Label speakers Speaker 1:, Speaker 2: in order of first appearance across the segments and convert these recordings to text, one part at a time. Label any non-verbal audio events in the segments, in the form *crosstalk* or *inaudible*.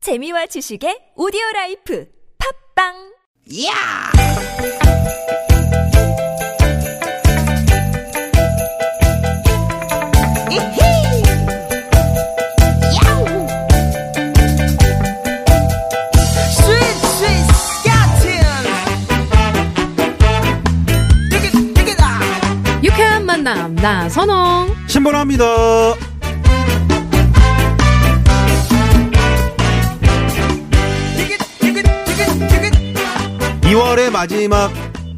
Speaker 1: 재미와 지식의 오디오 라이프 팝빵!
Speaker 2: 야! 이히! 야우! 스윗 스윗 야틴! 디기 디기다!
Speaker 3: 유쾌한 만남 나선홍
Speaker 4: 신보라입니다.
Speaker 2: 디기 디기 디기 디기
Speaker 4: 2월의 마지막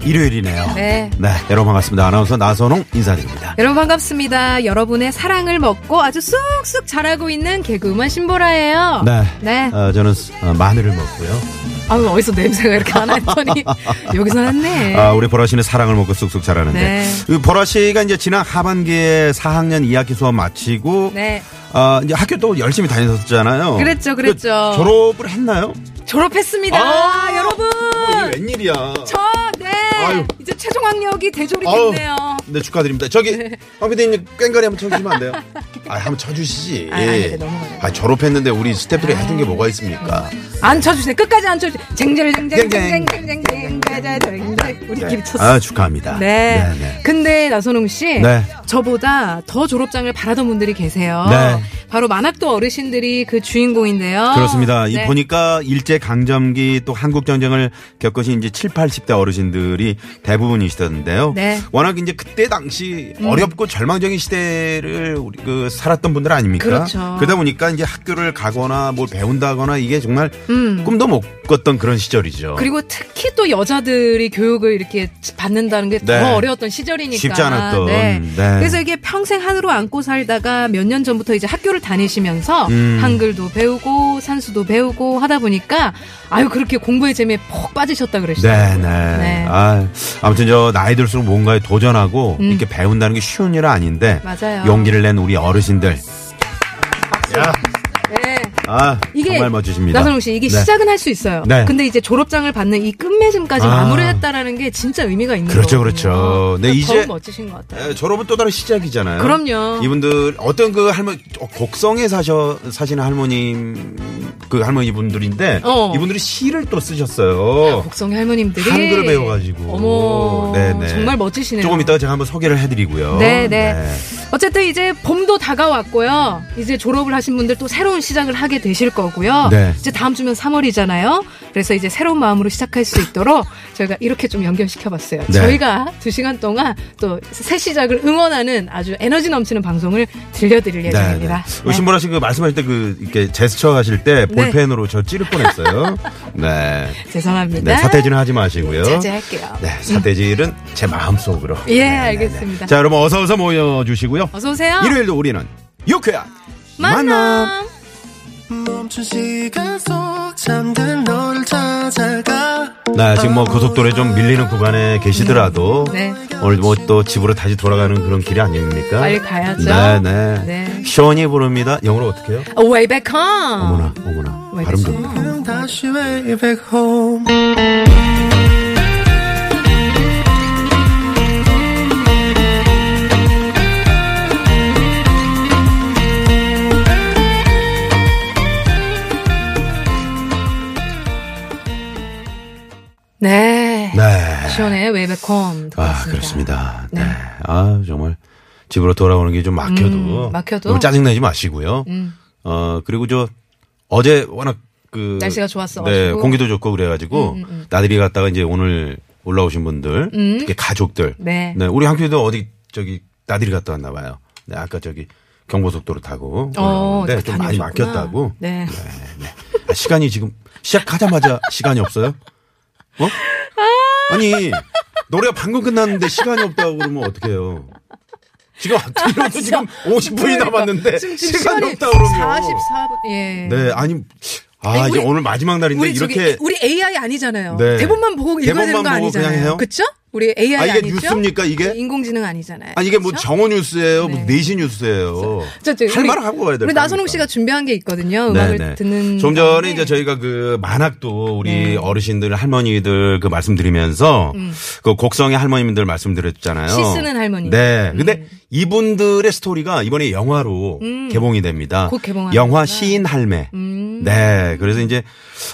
Speaker 4: 일요일이네요.
Speaker 3: 네.
Speaker 4: 여러분 반갑습니다. 아나운서 나선홍 인사드립니다.
Speaker 3: 여러분 반갑습니다 여러분의 사랑을 먹고 아주 쑥쑥 자라고 있는 개그우먼 신보라예요
Speaker 4: 네.
Speaker 3: 네.
Speaker 4: 어, 저는 어, 마늘을 먹고요.
Speaker 3: 아유 어디서 냄새가 이렇게 안 했더니 여기서 났네
Speaker 4: 아, 우리 보라 씨는 사랑을 먹고 쑥쑥 자라는데.
Speaker 3: 네.
Speaker 4: 그 보라 씨가 이제 지난 하반기에 4학년 2학기 수업 마치고
Speaker 3: 네
Speaker 4: 아, 이제 학교 또 열심히 다녔었잖아요.
Speaker 3: 그랬죠, 그랬죠.
Speaker 4: 그 졸업을 했나요?
Speaker 3: 졸업했습니다
Speaker 4: 아,
Speaker 3: 여러분
Speaker 4: 어, 이게 웬일이야.
Speaker 3: 저네
Speaker 4: 아유.
Speaker 3: 이제 최종 학력이 대졸이
Speaker 4: 아우,
Speaker 3: 됐네요
Speaker 4: 네, 축하드립니다. 저기, 황 PD님, 꽹가리 한번
Speaker 3: *laughs*
Speaker 4: 쳐주시면 안 돼요? 아, 한번 쳐주시지.
Speaker 3: 아, 아니, 근데 넘어가요.
Speaker 4: 아, 졸업했는데 우리 스태프들이 해준 게 뭐가 있습니까?
Speaker 3: 안 쳐주세요 끝까지 안 쳐주세요
Speaker 4: 쟁쟁.
Speaker 3: 쟁쟁쟁쟁쟁쟁쟁쟁쟁쟁쟁쟁쟁쟁 우리
Speaker 4: 네.
Speaker 3: 기미 쳤어
Speaker 4: 아, 축하합니다.
Speaker 3: 네.
Speaker 4: 네, 네.
Speaker 3: 근데 나선홍 씨,
Speaker 4: 네.
Speaker 3: 저보다 더 졸업장을 바라던 분들이 계세요.
Speaker 4: 네.
Speaker 3: 바로 만학도 어르신들이 그 주인공인데요.
Speaker 4: 그렇습니다. 이
Speaker 3: 네.
Speaker 4: 보니까 일제 강점기 또 한국 전쟁을 겪으신 이제 7, 80대 어르신들이 대부분이시던데요.
Speaker 3: 네. 음.
Speaker 4: 워낙 이제 그때 당시 어렵고 절망적인 시대를 우리 그 살았던 분들 아닙니까?
Speaker 3: 그렇죠.
Speaker 4: 러다 보니까 이제 학교를 가거나 뭘 배운다거나 이게 정말
Speaker 3: 음.
Speaker 4: 꿈도 못 꿨던 그런 시절이죠.
Speaker 3: 그리고 특히 또 여자들이 교육을 이렇게 받는다는 게 더
Speaker 4: 네.
Speaker 3: 어려웠던 시절이니까
Speaker 4: 쉽지 않았던,
Speaker 3: 네.
Speaker 4: 네.
Speaker 3: 그래서 이게 평생 한으로 안고 살다가 몇 년 전부터 이제 학교를 다니시면서
Speaker 4: 음.
Speaker 3: 한글도 배우고 산수도 배우고 하다 보니까 아유 그렇게 공부의 재미에 폭 빠지셨다
Speaker 4: 네,
Speaker 3: 그러시더라고요.
Speaker 4: 네.
Speaker 3: 네.
Speaker 4: 아, 아무튼 저 나이 들수록 뭔가에 도전하고
Speaker 3: 음.
Speaker 4: 이렇게 배운다는 게 쉬운 일은 아닌데
Speaker 3: 맞아요.
Speaker 4: 용기를 낸 우리 어르신들.
Speaker 3: 네.
Speaker 4: 아,
Speaker 3: 이게
Speaker 4: 정말 멋지십니다.
Speaker 3: 나선홍 씨 이게
Speaker 4: 네.
Speaker 3: 시작은 할 수 있어요.
Speaker 4: 네.
Speaker 3: 근데 이제 졸업장을 받는 이 끝맺음까지
Speaker 4: 아.
Speaker 3: 마무리했다라는 게 진짜 의미가 있는
Speaker 4: 그렇죠,
Speaker 3: 거거든요.
Speaker 4: 그렇죠. 네,
Speaker 3: 그러니까
Speaker 4: 이제-
Speaker 3: 더 멋지신 것 같아요.
Speaker 4: 에, 졸업은 또 다른 시작이잖아요.
Speaker 3: 그럼요.
Speaker 4: 이분들 어떤 그 할머니 어, 곡성에 사셔 사시는 할머님 그 할머니 분들인데
Speaker 3: 어.
Speaker 4: 이분들이 시를 또 쓰셨어요.
Speaker 3: 곡성의 할머님들이
Speaker 4: 한글을 배워가지고.
Speaker 3: 어머,
Speaker 4: 네네.
Speaker 3: 정말 멋지시네요.
Speaker 4: 조금 이따가 제가 한번 소개를 해드리고요.
Speaker 3: 네, 네. 어쨌든 이제 봄도 다가왔고요. 이제 졸업을 하신 분들 또 새로운 시작을 하게 되실 거고요.
Speaker 4: 네.
Speaker 3: 이제 다음 주면 3월이잖아요. 그래서 이제 새로운 마음으로 시작할 수 있도록 저희가 이렇게 좀 연결시켜봤어요.
Speaker 4: 네.
Speaker 3: 저희가 두 시간 동안 또 새 시작을 응원하는 아주 에너지 넘치는 방송을 들려드릴 예정입니다.
Speaker 4: 네. 신보라 씨 그 말씀하실 때 그 이렇게 제스처 하실
Speaker 3: 네.
Speaker 4: 때 볼펜으로 저 찌를
Speaker 3: *laughs*
Speaker 4: 뻔했어요. 네.
Speaker 3: 네, 죄송합니다.
Speaker 4: 네, 사태질은 하지 마시고요.
Speaker 3: 자제할게요.
Speaker 4: 네, 사태질은 제 마음속으로.
Speaker 3: 예,
Speaker 4: 네, 네, 네.
Speaker 3: 알겠습니다.
Speaker 4: 자, 여러분 어서 어서 모여 주시고요.
Speaker 3: 어서 오세요.
Speaker 4: 일요일도 우리는 유쾌한
Speaker 3: 만남.
Speaker 5: 멈춘 시간 속 잠든 너를 찾아가
Speaker 4: 네, 지금 뭐 고속도로에 좀 밀리는 구간에 계시더라도
Speaker 3: 네.
Speaker 4: 오늘 뭐 또 집으로 다시 돌아가는 그런 길이 아닙니까?
Speaker 3: 빨리 가야죠.
Speaker 4: 네, 네.
Speaker 3: 네.
Speaker 4: 시원히 부릅니다. 영어로 어떻게 해요?
Speaker 3: A Way back home.
Speaker 4: 어머나, 어머나.
Speaker 3: 아, 왜
Speaker 4: 발음
Speaker 3: 그러지?
Speaker 4: 좋다.
Speaker 5: 그냥 다시 way back home
Speaker 3: 네.
Speaker 4: 네.
Speaker 3: 시원해. Way back home. 듣고
Speaker 4: 아,
Speaker 3: 왔습니다.
Speaker 4: 그렇습니다. 네. 아, 정말 집으로 돌아오는 게 좀 막혀도
Speaker 3: 음, 막혀도? 음.
Speaker 4: 너무 짜증내지 마시고요. 어, 그리고 저 어제 워낙 그
Speaker 3: 날씨가 좋았어
Speaker 4: 네,
Speaker 3: 가지고. 음,
Speaker 4: 공기도 좋고 그래 가지고 나들이 갔다가 이제 오늘 올라오신 분들, 특히 가족들.
Speaker 3: 네.
Speaker 4: 우리 한편도 어디 저기 나들이 갔다 왔나 봐요. 네, 아까 저기 경고속도로 타고
Speaker 3: 어,
Speaker 4: 올라오는데 네, 좀 많이
Speaker 3: 다녀오셨구나.
Speaker 4: 막혔다고.
Speaker 3: 네.
Speaker 4: 아, 시간이 지금 시작하자마자 시간이 없어요? 어? 아니 노래가 방금 끝났는데 시간이 없다고 그러면 어떡해요? 지금 이러면 지금 *laughs* 50분이
Speaker 3: *laughs*
Speaker 4: 남았는데
Speaker 3: 아, 네. 지금 지금
Speaker 4: 시간이
Speaker 3: 시간이
Speaker 4: 없다 그러면
Speaker 3: 44분. 예.
Speaker 4: 네 아니 아
Speaker 3: 아니,
Speaker 4: 이제
Speaker 3: 우리-
Speaker 4: 오늘 마지막 날인데
Speaker 3: 우리
Speaker 4: 이렇게
Speaker 3: 저기 우리 AI 아니잖아요.
Speaker 4: 네.
Speaker 3: 대본만 보고 읽어야 되는 거
Speaker 4: 대본만 보고 그냥
Speaker 3: 아니잖아요.
Speaker 4: 해요?
Speaker 3: 그쵸? 우리 AI
Speaker 4: 아, 이게
Speaker 3: 니죠
Speaker 4: 뉴스입니까, 이게?
Speaker 3: 인공지능 아니잖아요.
Speaker 4: 아 이게 뭐
Speaker 3: 그쵸?
Speaker 4: 정오 뉴스예요, 뭐
Speaker 3: 네.
Speaker 4: 네시 뉴스예요.
Speaker 3: 저, 저,
Speaker 4: 할
Speaker 3: 우리-
Speaker 4: 말을 하고 가야 될
Speaker 3: 우리
Speaker 4: 거
Speaker 3: 나선홍
Speaker 4: 아닙니까?
Speaker 3: 씨가 준비한 게 있거든요. 음악을
Speaker 4: 네네.
Speaker 3: 듣는. 네.
Speaker 4: 좀 전에
Speaker 3: 동안에.
Speaker 4: 이제 저희가 그 만학도 우리 어르신들 할머니들 그 말씀드리면서 그 곡성의 할머님들 말씀드렸잖아요.
Speaker 3: 시 음. 쓰는 할머니. 음.
Speaker 4: 네. 근데 이분들의 스토리가 이번에 영화로 개봉이 됩니다.
Speaker 3: 음. 곧 개봉하는구나. 음.
Speaker 4: 영화 시인 할매. 네. 그래서 이제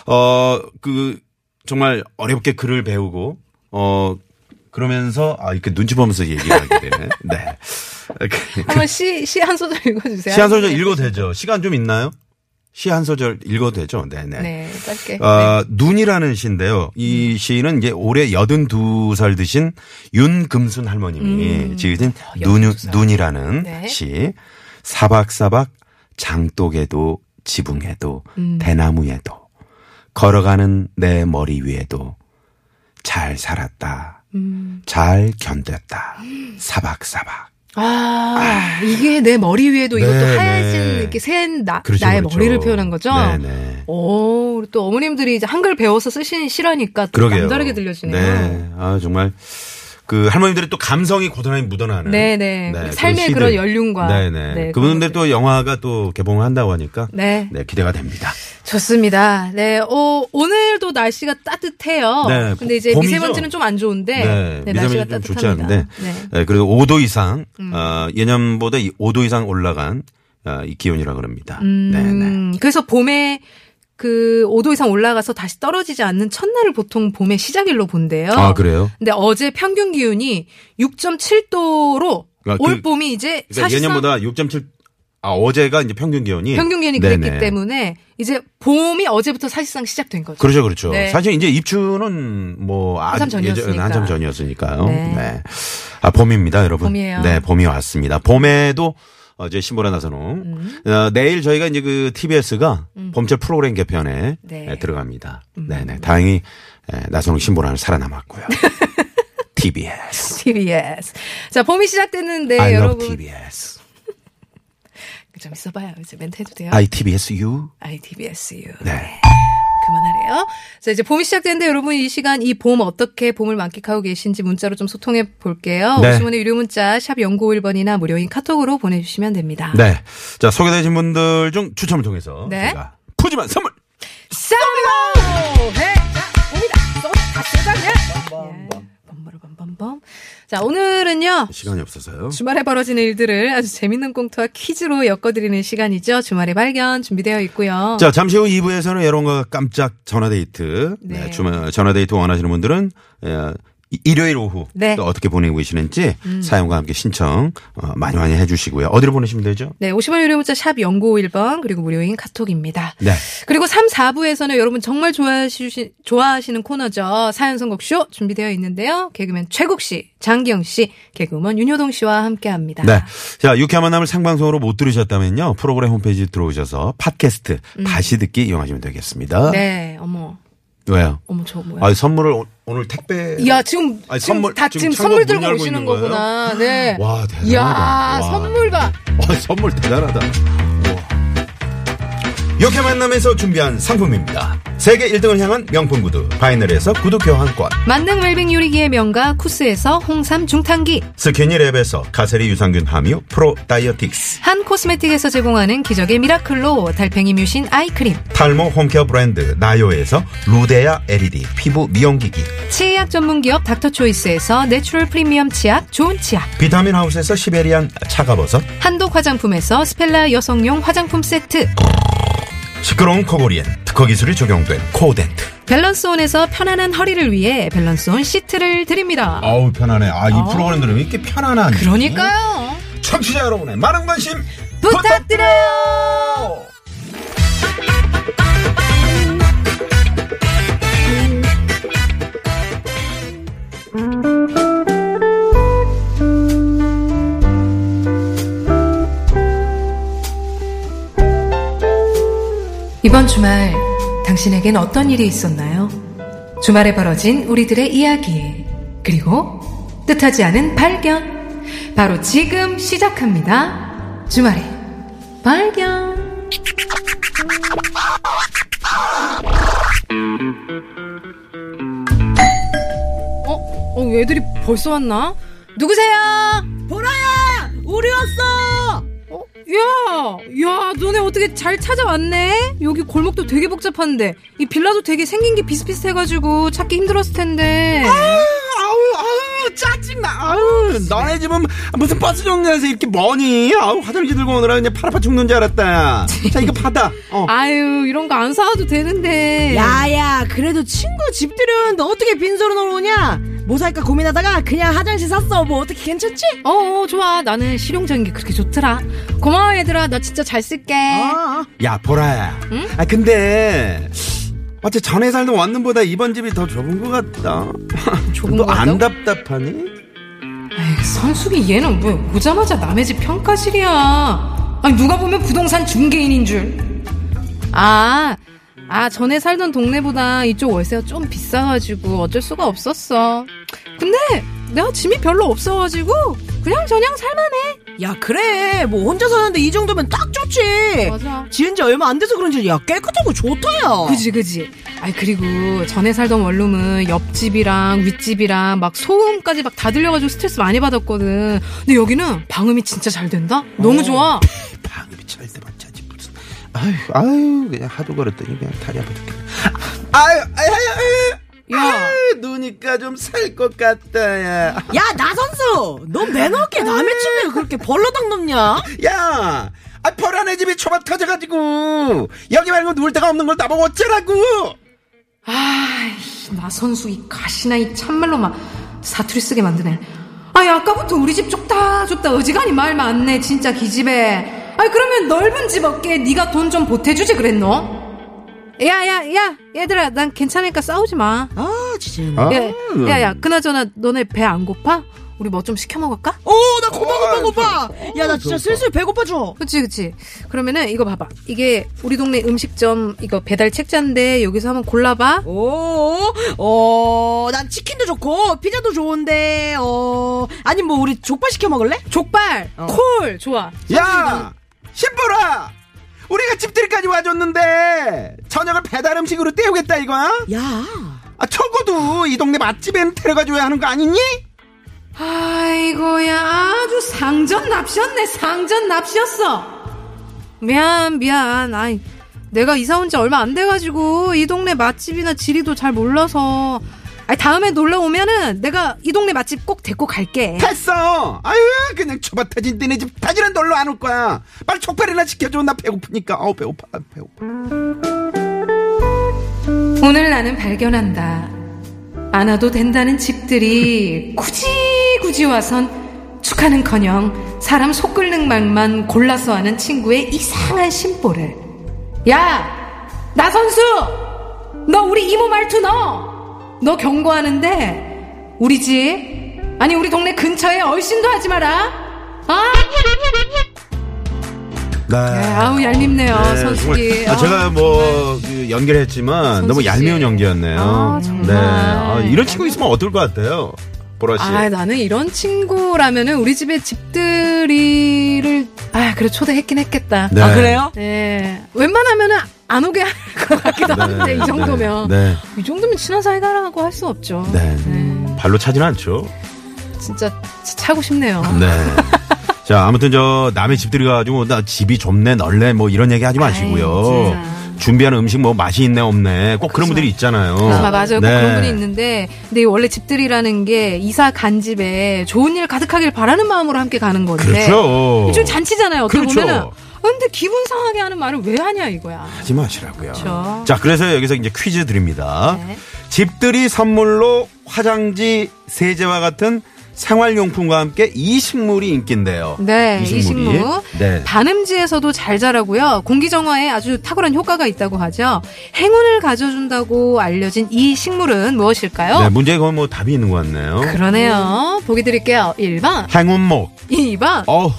Speaker 4: 어 그 정말 어렵게 글을 배우고 어 그러면서 아 이렇게 눈치 보면서 얘기하게 되네.
Speaker 3: *laughs*
Speaker 4: 네. 그
Speaker 3: 한번 시, 시 한 소절 읽어주세요. 네.
Speaker 4: 시 한 소절 읽어도 되죠. 시간 좀 있나요? 시 한 소절 읽어도 되죠. 네, 네.
Speaker 3: 네, 음. 짧게.
Speaker 4: 아, 눈이라는 시인데요. 이 시인은 이제 올해 82살 드신 윤금순 할머님이
Speaker 3: 음.
Speaker 4: 지으신 눈, 눈이라는
Speaker 3: 어, 네.
Speaker 4: 시. 사박사박 장독에도 지붕에도
Speaker 3: 음.
Speaker 4: 대나무에도 걸어가는 내 머리 위에도 잘 살았다.
Speaker 3: 음.
Speaker 4: 잘 견뎠다. 사박사박.
Speaker 3: 아, 이게 내 머리 위에도
Speaker 4: 네,
Speaker 3: 이것도 하얀
Speaker 4: 네.
Speaker 3: 이렇게 새는 나,
Speaker 4: 그렇죠,
Speaker 3: 나의
Speaker 4: 그렇죠.
Speaker 3: 머리를 표현한 거죠?
Speaker 4: 네네.
Speaker 3: 오, 그리고 또 어머님들이 이제 한글 배워서 쓰신 시라니까 또
Speaker 4: 그러게요.
Speaker 3: 남다르게 들려지네요.
Speaker 4: 네. 아, 정말. 그 할머님들의 또 감성이 고스란히 묻어나는.
Speaker 3: 네네. 삶의
Speaker 4: 시들.
Speaker 3: 그런 연륜과.
Speaker 4: 네네.
Speaker 3: 네,
Speaker 4: 그분들
Speaker 3: 그런
Speaker 4: 또 영화가 또 개봉을 한다고 하니까.
Speaker 3: 네.
Speaker 4: 기대가 됩니다.
Speaker 3: 좋습니다. 네, 어, 오늘도 날씨가 따뜻해요.
Speaker 4: 네,
Speaker 3: 근데 이제
Speaker 4: 봄이죠?
Speaker 3: 미세먼지는 좀 안 좋은데 네, 날씨가
Speaker 4: 미세먼지 좀 좋지
Speaker 3: 따뜻합니다.
Speaker 4: 않은데.
Speaker 3: 네. 음.
Speaker 4: 네, 그래도 5도 이상, 어, 예년보다 이 5도 이상 올라간 어, 이 기온이라 그럽니다. 네네.
Speaker 3: 음, 그래서 봄에 그 5도 이상 올라가서 다시 떨어지지 않는 첫날을 보통 봄의 시작일로 본대요.
Speaker 4: 아, 그래요?
Speaker 3: 근데 어제 평균 기온이 6.7도로
Speaker 4: 아, 그-
Speaker 3: 올 봄이 이제
Speaker 4: 그러니까
Speaker 3: 사실상
Speaker 4: 예년보다 6.7, 아, 어제가 이제 평균 기온이.
Speaker 3: 평균 기온이
Speaker 4: 예. 네네.
Speaker 3: 그랬기 때문에 이제 봄이 어제부터 사실상 시작된 거죠.
Speaker 4: 그렇죠, 그렇죠.
Speaker 3: 네.
Speaker 4: 사실 이제 입추는 뭐 아주
Speaker 3: 한참 전이었으니까.
Speaker 4: 예전- 한참 전이었으니까요. 네.
Speaker 3: 네.
Speaker 4: 아 봄입니다, 여러분.
Speaker 3: 봄이에요.
Speaker 4: 네, 봄이 왔습니다. 봄에도 어제 신보라 나선홍.
Speaker 3: 음.
Speaker 4: 어, 내일 저희가 이제 그 TBS가 봄철 프로그램 개편에
Speaker 3: 네.
Speaker 4: 예, 들어갑니다. 네, 네. 다행히 예, 나선홍
Speaker 3: *laughs*
Speaker 4: 신보라는 살아남았고요. TBS.
Speaker 3: TBS. 자, 봄이 시작됐는데
Speaker 4: I love
Speaker 3: 네, 여러분
Speaker 4: TBS.
Speaker 3: 좀 있어봐요. 이제 멘트 해도 돼요.
Speaker 4: I TBS you.
Speaker 3: I TBSU.
Speaker 4: 네.
Speaker 3: 그만하래요. 자, 이제 봄이 시작되는데 여러분 이 시간 이 봄 어떻게 봄을 만끽하고 계신지 문자로 좀 소통해 볼게요.
Speaker 4: 네.
Speaker 3: 50원의 유료 문자 샵 0951번이나 무료인 카톡으로 보내주시면 됩니다.
Speaker 4: 네. 자, 소개되신 분들 중 추첨을 통해서
Speaker 3: 네.
Speaker 4: 제가 푸짐한 선물
Speaker 3: 쌈이로 해! 자, 봅니다. 다 쓰자냐? 범범범범범. 예. 자, 오늘은요.
Speaker 4: 시간이 없어서요.
Speaker 3: 주말에 벌어지는 일들을 아주 재밌는 꽁트와 퀴즈로 엮어드리는 시간이죠. 주말의 발견 준비되어 있고요.
Speaker 4: 자, 잠시 후 2부에서는 여러분과 깜짝 전화데이트. 네.
Speaker 3: 네.
Speaker 4: 주말 전화데이트 원하시는 분들은 에, 이- 일요일 오후
Speaker 3: 네. 음.
Speaker 4: 또 어떻게 보내고 계시는지 사연과 함께 신청 어, 많이 많이 해주시고요. 어디로 보내시면 되죠?
Speaker 3: 네, 50원 유료 문자 샵 0951번 그리고 무료인 카톡입니다.
Speaker 4: 네.
Speaker 3: 그리고 3, 4부에서는 여러분 정말 좋아하시, 좋아하시는 코너죠. 사연 선곡쇼 준비되어 있는데요. 개그맨 최국 씨, 장기영 씨, 개그우먼 윤효동 씨와 함께합니다.
Speaker 4: 네. 자, 유쾌한 만남을 생방송으로 못 들으셨다면요. 프로그램 홈페이지 들어오셔서 팟캐스트 다시 듣기 이용하시면 되겠습니다.
Speaker 3: 음. 네, 어머,
Speaker 4: 왜요?
Speaker 3: 어머 저 뭐야?
Speaker 4: 아, 선물을 오- 오늘 택배.
Speaker 3: 이야 지금
Speaker 4: 아니,
Speaker 3: 지금
Speaker 4: 선물,
Speaker 3: 다
Speaker 4: 지금
Speaker 3: 지금,
Speaker 4: 창고
Speaker 3: 선물
Speaker 4: 문
Speaker 3: 들고
Speaker 4: 열고
Speaker 3: 오시는
Speaker 4: 있는 거예요?
Speaker 3: 거구나. 네.
Speaker 4: 와, 대단하다.
Speaker 3: 이야
Speaker 4: 와.
Speaker 3: 선물 봐.
Speaker 4: 어, 선물 대단하다. 우와. 역회 만남에서 준비한 상품입니다. 세계 1등을 향한 명품 구두 바이널에서 구두 교환권,
Speaker 3: 만능 웰빙 요리기의 명가 쿠스에서 홍삼 중탕기,
Speaker 4: 스키니랩에서 가세리 유산균 함유 프로 다이어틱스,
Speaker 3: 한 코스메틱에서 제공하는 기적의 미라클로 달팽이 뮤신 아이크림,
Speaker 4: 탈모 홈케어 브랜드 나요에서 루데아 LED 피부 미용기기,
Speaker 3: 치약 전문기업 닥터초이스에서 내추럴 프리미엄 치약 좋은 치약.
Speaker 4: 비타민 하우스에서 시베리안 차가버섯,
Speaker 3: 한독 화장품에서 스펠라 여성용 화장품 세트,
Speaker 4: 시끄러운 코골이엔 특허 기술이 적용된 코덴트.
Speaker 3: 밸런스온에서 편안한 허리를 위해 밸런스온 시트를 드립니다.
Speaker 4: 아우 편안해. 아 이
Speaker 3: 어.
Speaker 4: 프로그램 들으면 이렇게 편안한.
Speaker 3: 그러니까요.
Speaker 4: 청취자 여러분의 많은 관심
Speaker 3: 부탁드려요. 이번 주말 당신에겐 어떤 일이 있었나요? 주말에 벌어진 우리들의 이야기 그리고 뜻하지 않은 발견 바로 지금 시작합니다. 주말에 발견 어? 어 애들이 벌써 왔나? 누구세요? 보라야! 우리 왔어! 어? 야! 야, 너네 어떻게 잘 찾아왔네? 여기 골목도 되게 복잡한데. 이 빌라도 되게 생긴 게 비슷비슷해가지고 찾기 힘들었을 텐데.
Speaker 2: 아우 아우
Speaker 6: 아우 짜증나. 아우 너네 집은 무슨 버스 정류장에서 이렇게 머니? 아우 화장실 들고 오느라 그냥 팔 아파 죽는 줄 알았다. 자 이거 받아. 어.
Speaker 3: 아유 이런 거 안 사와도 되는데.
Speaker 7: 야야 그래도 친구 집들은 너 어떻게 빈소로 놀러오냐 뭐 살까 고민하다가 그냥 화장실 샀어 뭐 어떻게 괜찮지?
Speaker 3: 어, 어 좋아 나는 실용적인 게 그렇게 좋더라. 고마워 얘들아 나 진짜 잘 쓸게.
Speaker 7: 어.
Speaker 6: 야 보라야. 아 근데 어째 전에 살던 원룸보다 이번 집이 더 좁은 것 같다.
Speaker 3: 좁은 것
Speaker 6: 너 안
Speaker 3: 같다고?
Speaker 6: 답답하니?
Speaker 3: 에이, 선숙이 얘는 왜 오자마자 남의 집 평가실이야. 아니 누가 보면 부동산 중개인인 줄. 아, 아 전에 살던 동네보다 이쪽 월세가 좀 비싸가지고 어쩔 수가 없었어. 근데 내가 짐이 별로 없어가지고 그냥 저냥 살만해.
Speaker 7: 야 그래 뭐 혼자 사는데 이 정도면 딱 좋지
Speaker 3: 맞아.
Speaker 7: 지은 지 얼마 안 돼서 그런지 야 깨끗하고 좋다 야
Speaker 3: 그지 그지. 아이 그리고 전에 살던 원룸은 옆집이랑 윗집이랑 막 소음까지 막 다 들려가지고 스트레스 많이 받았거든. 근데 여기는 방음이 진짜 잘 된다. 너무 좋아.
Speaker 6: 방이 절대 맞지 무슨. 아유 아유 그냥 하도 걸었더니 그냥 다리 아파 죽겠네. 아유 아유 아유. 아유. 아유 누니까 좀 살 것 같다 야.
Speaker 7: 야 나선수 너 매너 없게 남의 침대를 그렇게 벌러당 넘냐?
Speaker 6: 야! 아, 벌안의 집이 초밥 터져가지고, 여기 말고 누울 데가 없는 걸 나보고 어쩌라고!
Speaker 3: 아이씨, 나 선수 이 가시나 이 참말로 막 사투리 쓰게 만드네. 아이 아까부터 우리 집 좁다 좁다 어지간히 말 많네 진짜 기집애. 아이 그러면 넓은 집 어깨에 네가 돈 좀 보태주지 그랬노? 야야야 얘들아 난 괜찮으니까 싸우지 마.
Speaker 7: 아 진짜
Speaker 6: 아,
Speaker 3: 예. 야야 그나저나 너네 배 안 고파? 우리 뭐 좀 시켜 먹을까?
Speaker 7: 오나 고파 고파 고파 야 나 진짜 슬슬 배고파져
Speaker 3: 그치 그치 그러면은 이거 봐봐 이게 우리 동네 음식점 이거 배달 책자인데 여기서 한번 골라봐
Speaker 7: 오난 치킨도 좋고 피자도 좋은데 어 아니 뭐 우리 족발 시켜 먹을래?
Speaker 3: 족발 콜 좋아
Speaker 6: 야! 신보라! 우리가 집들이까지 와줬는데, 저녁을 배달 음식으로 때우겠다 이거야?
Speaker 7: 야
Speaker 6: 아, 적어도 이 동네 맛집엔 데려가줘야 하는 거 아니니?
Speaker 3: 아이고야 아주 상전 납셨네 상전 납셨어 미안 미안 아이 내가 이사 온 지 얼마 안 돼가지고 이 동네 맛집이나 지리도 잘 몰라서 아이 다음에 놀러 오면은 내가 이 동네 맛집 꼭 데리고 갈게
Speaker 6: 됐어! 아유, 그냥 초밥 터진 니네 집 터지는 놀러 안 올 거야. 빨리 족발이나 시켜줘. 나 배고프니까. 아우, 배고파. 아, 배고파.
Speaker 3: 오늘 나는 발견한다. 안 와도 된다는 집들이 굳이 굳이 와선 축하는커녕 사람 속 끓는 말만 골라서 하는 친구의 이상한 심보를. 야, 나 선수, 너 우리 이모 말투 너, 너 경고하는데 우리 집 아니 우리 동네 근처에 얼씬도 하지 마라. 아,
Speaker 4: 네.
Speaker 3: 아우 얄밉네요
Speaker 4: 네,
Speaker 3: 선수기.
Speaker 4: 정말. 아, 제가 뭐 그, 연결했지만 너무
Speaker 3: 선수기.
Speaker 4: 얄미운 연기였네요.
Speaker 3: 아, 정말.
Speaker 4: 네. 아, 이런 친구 있으면 어떨 것 같아요, 보라 씨.
Speaker 3: 아, 나는 이런 친구라면은 우리 집에 집들이를 아, 그래 초대했긴 했겠다.
Speaker 4: 네.
Speaker 7: 아, 그래요?
Speaker 3: 네. 웬만하면은 안 오게 할 것 같기도 한데 이 정도면
Speaker 4: 네.
Speaker 3: 이 정도면 친한 사이가라고 할 수 없죠.
Speaker 4: 네. 발로 차지는 않죠.
Speaker 3: 진짜 치- 차고 싶네요. *laughs*
Speaker 4: 네. 자, 아무튼 저 남의 집들이 가지고 나 집이 좁네 넓네 뭐 이런 얘기 하지 마시고요.
Speaker 3: 아이, 진짜.
Speaker 4: 준비하는 음식 뭐 맛이 있네 없네 꼭 그런 분들이 있잖아요.
Speaker 3: 아, 맞아요. 꼭
Speaker 4: 네.
Speaker 3: 그런 분이 있는데, 근데 이 원래 집들이라는 게 이사 간 집에 좋은 일 가득하길 바라는 마음으로 함께 가는 건데.
Speaker 4: 그렇죠.
Speaker 3: 일종의 잔치잖아요. 어떻게
Speaker 4: 그렇죠.
Speaker 3: 보면은. 아, 근데 기분 상하게 하는 말을 왜 하냐 이거야.
Speaker 4: 하지 마시라고요.
Speaker 3: 그렇죠.
Speaker 4: 자, 그래서 여기서 이제 퀴즈 드립니다.
Speaker 3: 네.
Speaker 4: 집들이 선물로 화장지, 세제와 같은 생활용품과 함께 이 식물이 인기인데요.
Speaker 3: 네,
Speaker 4: 이
Speaker 3: 이
Speaker 4: 식물이.
Speaker 3: 식물.
Speaker 4: 네.
Speaker 3: 반음지에서도 잘 자라고요. 공기 정화에 아주 탁월한 효과가 있다고 하죠. 행운을 가져준다고 알려진 이 식물은 무엇일까요?
Speaker 4: 네, 문제에 거의 뭐 답이 있는 것 같네요.
Speaker 3: 어? 그러네요. 보기 드릴게요. 1번,
Speaker 4: 행운목,
Speaker 3: 2번,
Speaker 4: 어,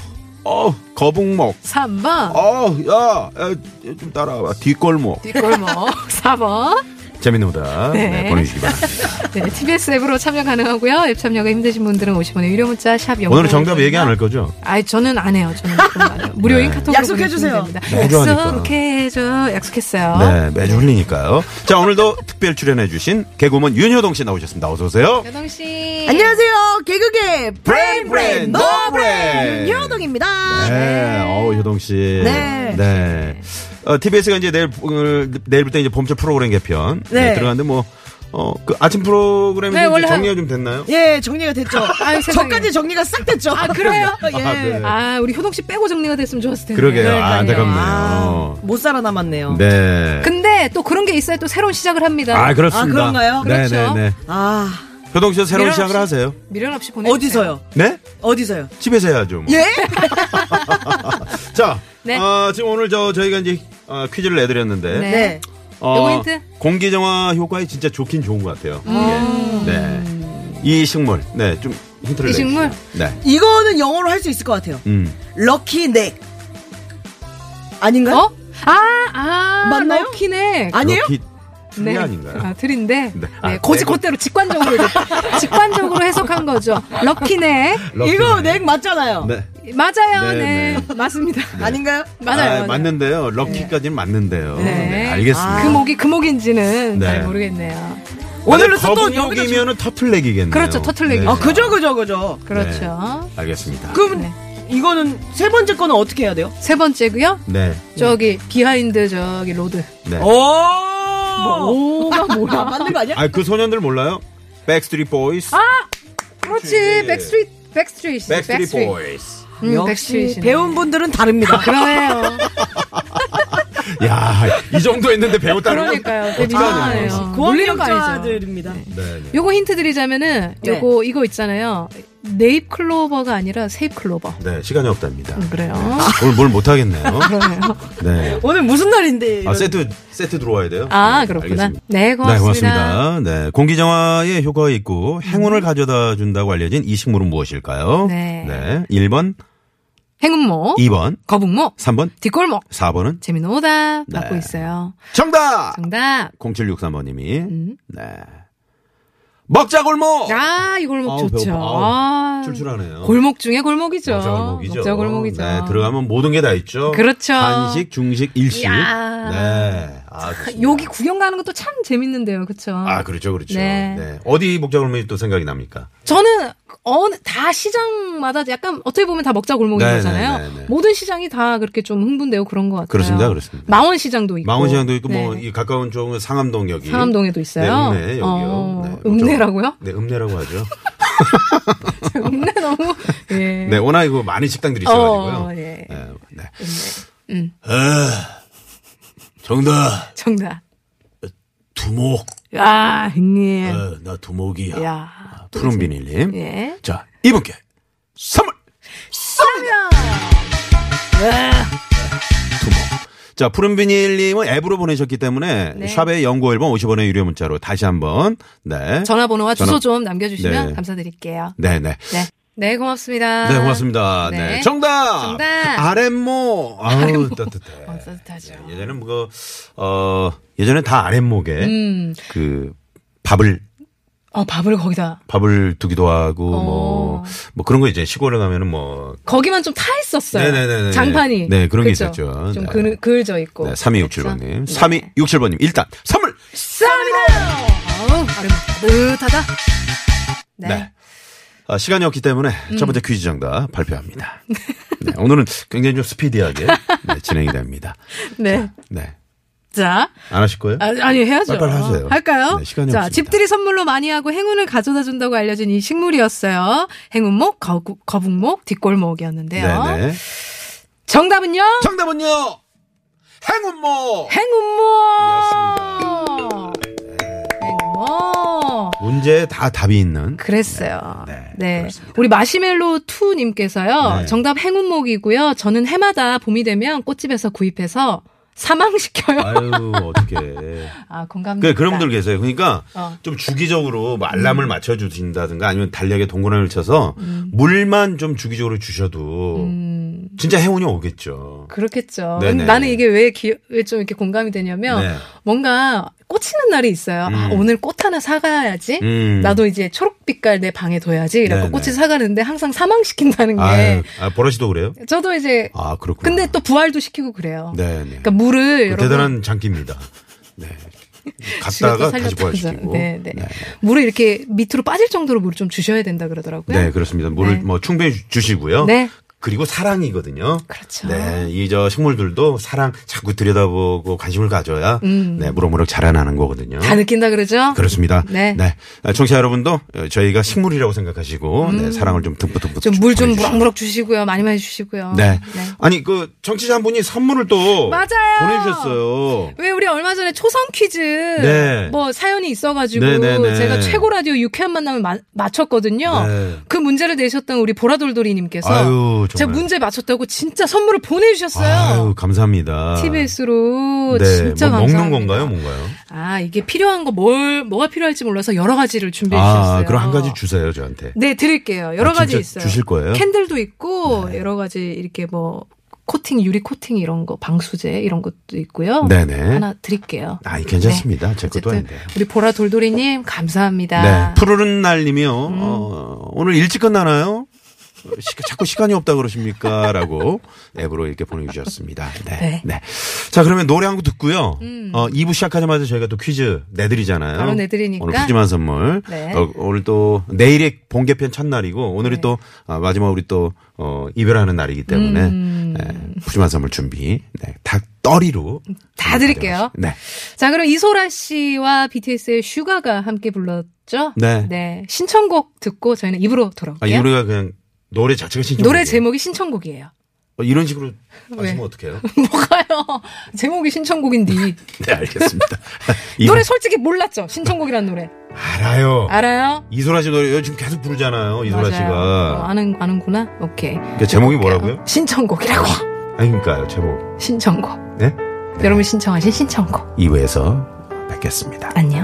Speaker 4: 어, 거북목,
Speaker 3: 3번,
Speaker 4: 어, 야, 야, 좀 따라와. 뒷골목.
Speaker 3: 뒷골목, *laughs* 4번.
Speaker 4: 재밌는 오다.
Speaker 3: 네.
Speaker 4: 네,
Speaker 3: *laughs*
Speaker 4: 보내주시기 바랍니다.
Speaker 3: 네, TBS 앱으로 참여 가능하고요. 앱 참여가 힘드신 분들은 50원의 유료 문자 샵0
Speaker 4: 오늘은 정답 얘기 안 할 거죠?
Speaker 3: 아이 저는 안 해요. 저는 그런 거 안 해요. 무료인
Speaker 4: 네.
Speaker 3: 카톡으로
Speaker 7: 약속해 주세요.
Speaker 3: 보내주시면 됩니다.
Speaker 4: 매주 하니까.
Speaker 3: 약속해줘. 약속했어요.
Speaker 4: 네, 매주 흘리니까요. 자, 오늘도 특별 출연해주신 개그우먼 윤효동 씨 나오셨습니다. 어서오세요.
Speaker 3: 여동 씨.
Speaker 7: 안녕하세요 개그계 네. 브레인 브레인 노 브레인
Speaker 4: 브레인.
Speaker 7: 윤여동입니다
Speaker 4: 네, 어우, 효동 씨.
Speaker 7: 네.
Speaker 4: 네. 어, TBS가 이제 내일, 오늘, 내일부터 이제 봄철 프로그램 개편. 네,
Speaker 7: 네.
Speaker 4: 들어갔는데 뭐, 어, 그 아침 프로그램이
Speaker 3: 네,
Speaker 4: 이제
Speaker 3: 원래
Speaker 4: 정리가 좀 됐나요?
Speaker 7: 예, 정리가 됐죠.
Speaker 3: 아유, 세상에.
Speaker 7: 저까지 정리가 싹 됐죠.
Speaker 3: 아 그래요?
Speaker 7: 예.
Speaker 4: 아, 네.
Speaker 3: 아 우리 효동 씨 빼고 정리가 됐으면 좋았을 텐데.
Speaker 4: 그러게요. 아,
Speaker 3: 그러니까요.
Speaker 4: 안타깝네요.
Speaker 7: 네, 못 살아남았네요.
Speaker 4: 네.
Speaker 3: 근데 또 그런 게 있어야 또 새로운 시작을 합니다.
Speaker 4: 아, 그렇습니다.
Speaker 7: 아, 그런가요?
Speaker 3: 그렇죠.
Speaker 4: 네네네.
Speaker 7: 아,
Speaker 4: 효동 씨도 새로운
Speaker 3: 미련
Speaker 4: 시작을
Speaker 3: 없이.
Speaker 4: 하세요.
Speaker 3: 미련 없이 보내.
Speaker 7: 어디서요?
Speaker 4: 네?
Speaker 7: 어디서요?
Speaker 4: 집에서 해야죠. 뭐.
Speaker 7: 예?
Speaker 4: *laughs* 자,
Speaker 3: 네.
Speaker 4: 어, 지금 오늘 저 저희가 이제 어, 퀴즈를 내드렸는데
Speaker 3: 네.
Speaker 7: 네.
Speaker 4: 어,
Speaker 3: 요거 힌트?
Speaker 4: 공기 정화 효과에 진짜 좋긴 좋은 것 같아요. 예. 네, 이 식물, 네, 좀 힌트를
Speaker 3: 음. 이 식물?
Speaker 4: 내주세요. 네,
Speaker 7: 이거는 영어로 할 수 있을 것 같아요.
Speaker 4: 음,
Speaker 7: 럭키 넥. 아닌가요?
Speaker 3: 어? 아, 아,
Speaker 7: 맞나요?
Speaker 3: 럭키네.
Speaker 7: 아니에요?
Speaker 4: 럭키 트리 네, 아닌가요?
Speaker 3: 아, 틀인데.
Speaker 4: 네.
Speaker 3: 네.
Speaker 4: 아,
Speaker 3: 고지
Speaker 4: 네.
Speaker 3: 그대로 직관적으로
Speaker 4: *laughs*
Speaker 3: 이제 직관적으로 해석한 거죠. 럭키네.
Speaker 4: 럭키.
Speaker 7: 이거 넥 맞잖아요.
Speaker 4: 네,
Speaker 3: 맞아요.
Speaker 4: 네,
Speaker 3: 네. 맞습니다.
Speaker 7: 아닌가요?
Speaker 3: 맞아요. 네.
Speaker 4: 아,
Speaker 3: 맞아요.
Speaker 4: 맞는데요. 럭키까지는 맞는데요. 네,
Speaker 3: 네.
Speaker 4: 알겠습니다.
Speaker 3: 금옥이 금옥인지는
Speaker 4: 네.
Speaker 3: 잘 모르겠네요.
Speaker 7: 오늘로 또
Speaker 4: 거북목이면은 터틀넥이겠네요.
Speaker 3: 그렇죠, 터틀넥이죠.
Speaker 4: 네.
Speaker 7: 아, 그죠, 그죠, 그죠.
Speaker 3: 그렇죠.
Speaker 4: 알겠습니다.
Speaker 7: 그럼
Speaker 3: 네.
Speaker 7: 이거는 세 번째 거는 어떻게 해야 돼요?
Speaker 3: 세 번째고요.
Speaker 4: 네,
Speaker 3: 저기 비하인드 저기 로드.
Speaker 4: 네.
Speaker 7: 오!
Speaker 3: 뭐,
Speaker 7: 오가 뭐야? 맞는 거 아니야?
Speaker 4: 아, 그 소년들 몰라요? 백스트리 보이스,
Speaker 3: 아, 그렇지. 백스트리트 백스트리트.
Speaker 4: 백스트리 보이스.
Speaker 3: 음,
Speaker 7: 역시
Speaker 3: 백스트리트.
Speaker 7: 배운 분들은 다릅니다.
Speaker 3: 그러네요.
Speaker 4: 야, 이 정도 했는데 배웠다는 건
Speaker 3: 그러니까요. 되게
Speaker 7: 아,
Speaker 4: 어떡하냐.
Speaker 3: 민망해요. 놀리는 거 아니죠.
Speaker 7: 고학력자들입니다.
Speaker 4: 네, 네.
Speaker 3: 요거 힌트 드리자면은
Speaker 7: 네.
Speaker 3: 요거 이거 있잖아요. 네잎 클로버가 아니라 세잎 클로버.
Speaker 4: 네, 시간이 없답니다.
Speaker 3: 음, 그래요.
Speaker 4: 오늘
Speaker 3: *laughs*
Speaker 4: 뭘 못하겠네요. 네.
Speaker 7: 오늘 무슨 날인데? 이런.
Speaker 4: 아, 세트, 세트 들어와야 돼요?
Speaker 3: 아
Speaker 4: 네,
Speaker 3: 그렇구나.
Speaker 4: 알겠습니다.
Speaker 3: 네
Speaker 4: 네,
Speaker 3: 고맙습니다.
Speaker 4: 고맙습니다. 네. 공기정화에 효과가 있고 행운을 가져다 준다고 알려진 이 식물은 무엇일까요?
Speaker 3: 음. 네.
Speaker 4: 1번,
Speaker 3: 행운모,
Speaker 4: 2번,
Speaker 3: 거북목,
Speaker 4: 3번,
Speaker 3: 뒷골목.
Speaker 4: 4번은
Speaker 3: 재미는 오답
Speaker 4: 네.
Speaker 3: 받고 있어요.
Speaker 4: 정답!
Speaker 3: 정답.
Speaker 4: 0763번님이.
Speaker 3: 음.
Speaker 4: 네. 먹자골목!
Speaker 3: 아, 이 골목
Speaker 4: 어. 아우,
Speaker 3: 좋죠.
Speaker 4: 배고파. 아우,
Speaker 3: 아,
Speaker 4: 출출하네요.
Speaker 3: 골목 중에 골목이죠.
Speaker 4: 먹자골목이죠.
Speaker 3: 먹자골목이죠.
Speaker 4: 네, 들어가면 모든 게 다 있죠.
Speaker 3: 그렇죠.
Speaker 4: 간식, 중식, 일식.
Speaker 3: 이야.
Speaker 4: 네. 아, 좋습니다.
Speaker 3: 여기 구경 가는 것도 참 재밌는데요, 그렇죠?
Speaker 4: 아, 그렇죠, 그렇죠. 네.
Speaker 3: 네.
Speaker 4: 어디 목자골목이 또 생각이 납니까?
Speaker 3: 저는 어느 다 시장마다 약간 어떻게 보면 다 먹자 골목인
Speaker 4: 네,
Speaker 3: 거잖아요.
Speaker 4: 네, 네, 네.
Speaker 3: 모든 시장이 다 그렇게 좀 흥분되고 그런 것 같아요.
Speaker 4: 그렇습니다, 그렇습니다.
Speaker 3: 망원 시장도 있고,
Speaker 4: 망원시장도 있고
Speaker 3: 네.
Speaker 4: 뭐 이 가까운 쪽은 상암동 여기.
Speaker 3: 상암동에도 있어요.
Speaker 4: 네, 읍내 여기요.
Speaker 3: 어,
Speaker 4: 네,
Speaker 3: 읍내라고요?
Speaker 4: 네, 읍내라고
Speaker 3: *laughs*
Speaker 4: 하죠.
Speaker 3: 읍내 너무 예.
Speaker 4: *laughs* 네, 워낙 이거 많은 식당들이 있어가지고요.
Speaker 3: 어, 예.
Speaker 4: 네, 네.
Speaker 3: 음.
Speaker 4: 아, 정답
Speaker 3: 정답.
Speaker 4: 두목.
Speaker 3: 아 형님,
Speaker 4: 아, 나 두목이야.
Speaker 3: 야,
Speaker 4: 아, 푸른 비닐님.
Speaker 3: 예.
Speaker 4: 자, 이분께 선물. 두목. 자, 푸른 비닐님은 앱으로 보내셨기 때문에
Speaker 3: 네.
Speaker 4: 샵의 연구 앨범 50원의 유료 문자로 다시 한번 네.
Speaker 3: 전화번호와
Speaker 4: 전화-
Speaker 3: 주소 좀 남겨주시면
Speaker 4: 네.
Speaker 3: 감사드릴게요.
Speaker 4: 네, 네.
Speaker 3: 네. 네, 고맙습니다.
Speaker 4: 네, 고맙습니다. 네.
Speaker 3: 네.
Speaker 4: 정답!
Speaker 3: 정답!
Speaker 4: 아랫목! 아우, 따뜻해.
Speaker 3: 어, 따뜻하죠.
Speaker 4: 예, 예전엔 뭐, 어, 예전에 다 아랫목에
Speaker 3: 음,
Speaker 4: 그 밥을,
Speaker 3: 어, 밥을 거기다.
Speaker 4: 밥을 두기도 하고 뭐,
Speaker 3: 어.
Speaker 4: 뭐 그런 거 이제 시골에 가면은 뭐,
Speaker 3: 거기만 좀 타 있었어요.
Speaker 4: 네네네네.
Speaker 3: 장판이.
Speaker 4: 네, 그런 게
Speaker 3: 그쵸?
Speaker 4: 있었죠.
Speaker 3: 좀
Speaker 4: 네.
Speaker 3: 그을, 그을져 있고.
Speaker 4: 네, 3267번님.
Speaker 3: 그쵸? 네.
Speaker 4: 3267번님, 일단 선물!
Speaker 3: 아우, 아름 따뜻하다. 네. 음.
Speaker 4: 네. 아, 시간이 없기 때문에 첫 번째 퀴즈 정답 발표합니다.
Speaker 3: *laughs*
Speaker 4: 네, 오늘은 굉장히 좀 스피디하게 네, 진행이 됩니다.
Speaker 3: 네.
Speaker 4: 네.
Speaker 3: 자,
Speaker 4: 안 하실 거예요?
Speaker 3: 아, 아니 해야죠.
Speaker 4: 빨리빨리 하세요.
Speaker 3: 할까요?
Speaker 4: 네, 시간이
Speaker 3: 자,
Speaker 4: 없습니다.
Speaker 3: 집들이 선물로 많이 하고 행운을 가져다 준다고 알려진 이 식물이었어요. 행운목, 거, 거북목, 뒷골목이었는데요.
Speaker 4: 네네.
Speaker 3: 정답은요?
Speaker 4: 정답은요! 행운모! 네,
Speaker 3: 행운목. 행운목.
Speaker 4: 문제에 다 답이 있는.
Speaker 3: 그랬어요.
Speaker 4: 네,
Speaker 3: 네.
Speaker 4: 네, 그렇습니다.
Speaker 3: 우리 마시멜로 투님께서요
Speaker 4: 네.
Speaker 3: 정답 행운목이고요. 저는 해마다 봄이 되면 꽃집에서 구입해서 사망시켜요.
Speaker 4: 아유, 어떡해.
Speaker 3: *laughs* 아, 공감됩니다.
Speaker 4: 그, 그런 분들 계세요. 그러니까
Speaker 3: 어. 음.
Speaker 4: 좀 주기적으로 뭐 알람을 맞춰주신다든가 아니면 달력에 동그라미를 쳐서 물만 좀 주기적으로 주셔도
Speaker 3: 음.
Speaker 4: 진짜 행운이 오겠죠.
Speaker 3: 그렇겠죠.
Speaker 4: 네네.
Speaker 3: 근데 나는 이게 왜, 기, 왜좀 이렇게 공감이 되냐면,
Speaker 4: 네.
Speaker 3: 뭔가 꽂히는 날이 있어요. 아,
Speaker 4: 음.
Speaker 3: 오늘 꽃 하나 사가야지.
Speaker 4: 음.
Speaker 3: 나도 이제 초록빛깔 내 방에 둬야지. 이렇게
Speaker 4: 네네.
Speaker 3: 꽃이 사가는데 항상 사망시킨다는 게.
Speaker 4: 아유, 아, 버릇이도 그래요?
Speaker 3: 저도 이제,
Speaker 4: 아, 그렇구나.
Speaker 3: 근데 또 부활도 시키고 그래요.
Speaker 4: 네, 네.
Speaker 3: 그러니까 물을 여러분
Speaker 4: 대단한 장기입니다. 네. 갔다가 다시 부활시키고.
Speaker 3: 네, 네. 물을 이렇게 밑으로 빠질 정도로 물을 좀 주셔야 된다 그러더라고요.
Speaker 4: 네, 그렇습니다. 물을
Speaker 3: 네.
Speaker 4: 뭐 충분히 주- 주시고요.
Speaker 3: 네.
Speaker 4: 그리고 사랑이거든요.
Speaker 3: 그렇죠.
Speaker 4: 네, 이 저 식물들도 사랑 자꾸 들여다보고 관심을 가져야
Speaker 3: 음.
Speaker 4: 네 무럭무럭 자라나는 거거든요.
Speaker 3: 다 느낀다 그러죠?
Speaker 4: 그렇습니다.
Speaker 3: 네.
Speaker 4: 아, 청취자 여러분도 어, 저희가 식물이라고 생각하시고 네, 사랑을 좀 듬뿍 듬뿍
Speaker 3: 음. 좀 물 좀
Speaker 4: 보내주시고.
Speaker 3: 무럭무럭 주시고요. 많이 많이 주시고요.
Speaker 4: 네. 아니 그 청취자 한 분이 선물을 또
Speaker 3: 맞아요.
Speaker 4: 보내주셨어요.
Speaker 3: 왜 우리 얼마 전에 초성 퀴즈
Speaker 4: 네.
Speaker 3: 뭐 사연이 있어가지고
Speaker 4: 네, 네, 네.
Speaker 3: 제가 최고 라디오 유쾌한 만남을 마- 맞췄거든요.
Speaker 4: 네.
Speaker 3: 그 문제를 내셨던 우리 보라돌돌이님께서
Speaker 4: 아유, 정말.
Speaker 3: 제가 문제 맞췄다고 진짜 선물을
Speaker 4: 아유
Speaker 3: 보내주셨어요.
Speaker 4: 감사합니다.
Speaker 3: TBS로
Speaker 4: 네,
Speaker 3: 진짜
Speaker 4: 뭐
Speaker 3: 감사합니다.
Speaker 4: 먹는 건가요, 뭔가요?
Speaker 3: 아 이게 필요한 거 뭘 뭐가 필요할지 몰라서 여러 가지를 준비해 네, 주셨어요.
Speaker 4: 아, 그럼 한 가지 주세요 저한테.
Speaker 3: 네 드릴게요. 여러
Speaker 4: 아,
Speaker 3: 가지
Speaker 4: 진짜
Speaker 3: 있어요.
Speaker 4: 주실 거예요? 네.
Speaker 3: 캔들도 있고 여러 가지 이렇게 뭐 코팅 유리 코팅 이런 거 방수제 이런 것도 있고요.
Speaker 4: 네네.
Speaker 3: 하나 드릴게요. 네.
Speaker 4: 아, 괜찮습니다. 제 것도
Speaker 3: 어쨌든
Speaker 4: 아닌데.
Speaker 3: 우리 보라 돌돌이님 감사합니다.
Speaker 4: 네. 푸르른 날님이요.
Speaker 3: 음.
Speaker 4: 어, 오늘 일찍 끝나나요? 어, 시- 자꾸 시간이 없다 그러십니까? 라고 앱으로 이렇게 보내주셨습니다. 네.
Speaker 3: 네. 음.
Speaker 4: 네. 자, 그러면 노래 한 곡 듣고요. 어, 2부 시작하자마자 저희가 또 퀴즈 내드리잖아요.
Speaker 3: 바로 내드리니까.
Speaker 4: 오늘 푸짐한 선물.
Speaker 3: 네.
Speaker 4: 어, 오늘 또 내일이 본개편 첫날이고 오늘이 또 아, 마지막 우리 또 어, 이별하는 날이기 때문에
Speaker 3: 음.
Speaker 4: 네, 푸짐한 선물 준비. 네. 다 떠리로.
Speaker 3: 다 드릴게요.
Speaker 4: 네.
Speaker 3: 자 그럼 이소라 씨와 BTS의 슈가가 함께 불렀죠?
Speaker 4: 네.
Speaker 3: 신청곡 듣고 저희는 입으로
Speaker 4: 아, 이
Speaker 3: 돌아올게요.
Speaker 4: 노래가 그냥 노래 자체가 신청.
Speaker 3: 노래 제목이 신청곡이에요. *laughs*
Speaker 4: 어, 이런 식으로
Speaker 3: 왜?
Speaker 4: 하시면 어떡해요?
Speaker 3: 뭐가요? 제목이 신청곡인데.
Speaker 4: 네,
Speaker 3: *laughs*
Speaker 4: 알겠습니다. 이
Speaker 3: 노래 솔직히 몰랐죠? 신청곡이라는 노래.
Speaker 4: 알아요.
Speaker 3: 알아요?
Speaker 4: 이소라 씨 노래 지금 계속 부르잖아요. 이소라
Speaker 3: 맞아요. 어,
Speaker 4: 씨가.
Speaker 3: 아는, 아는구나? 오케이.
Speaker 4: 그러니까 제목이 뭐라고요?
Speaker 3: 신청곡이라고. *laughs*
Speaker 4: 아니, 그러니까요, 제목.
Speaker 3: 신청곡.
Speaker 4: 네?
Speaker 3: 여러분 신청하신 신청곡.
Speaker 4: 이부에서 뵙겠습니다.
Speaker 3: 안녕.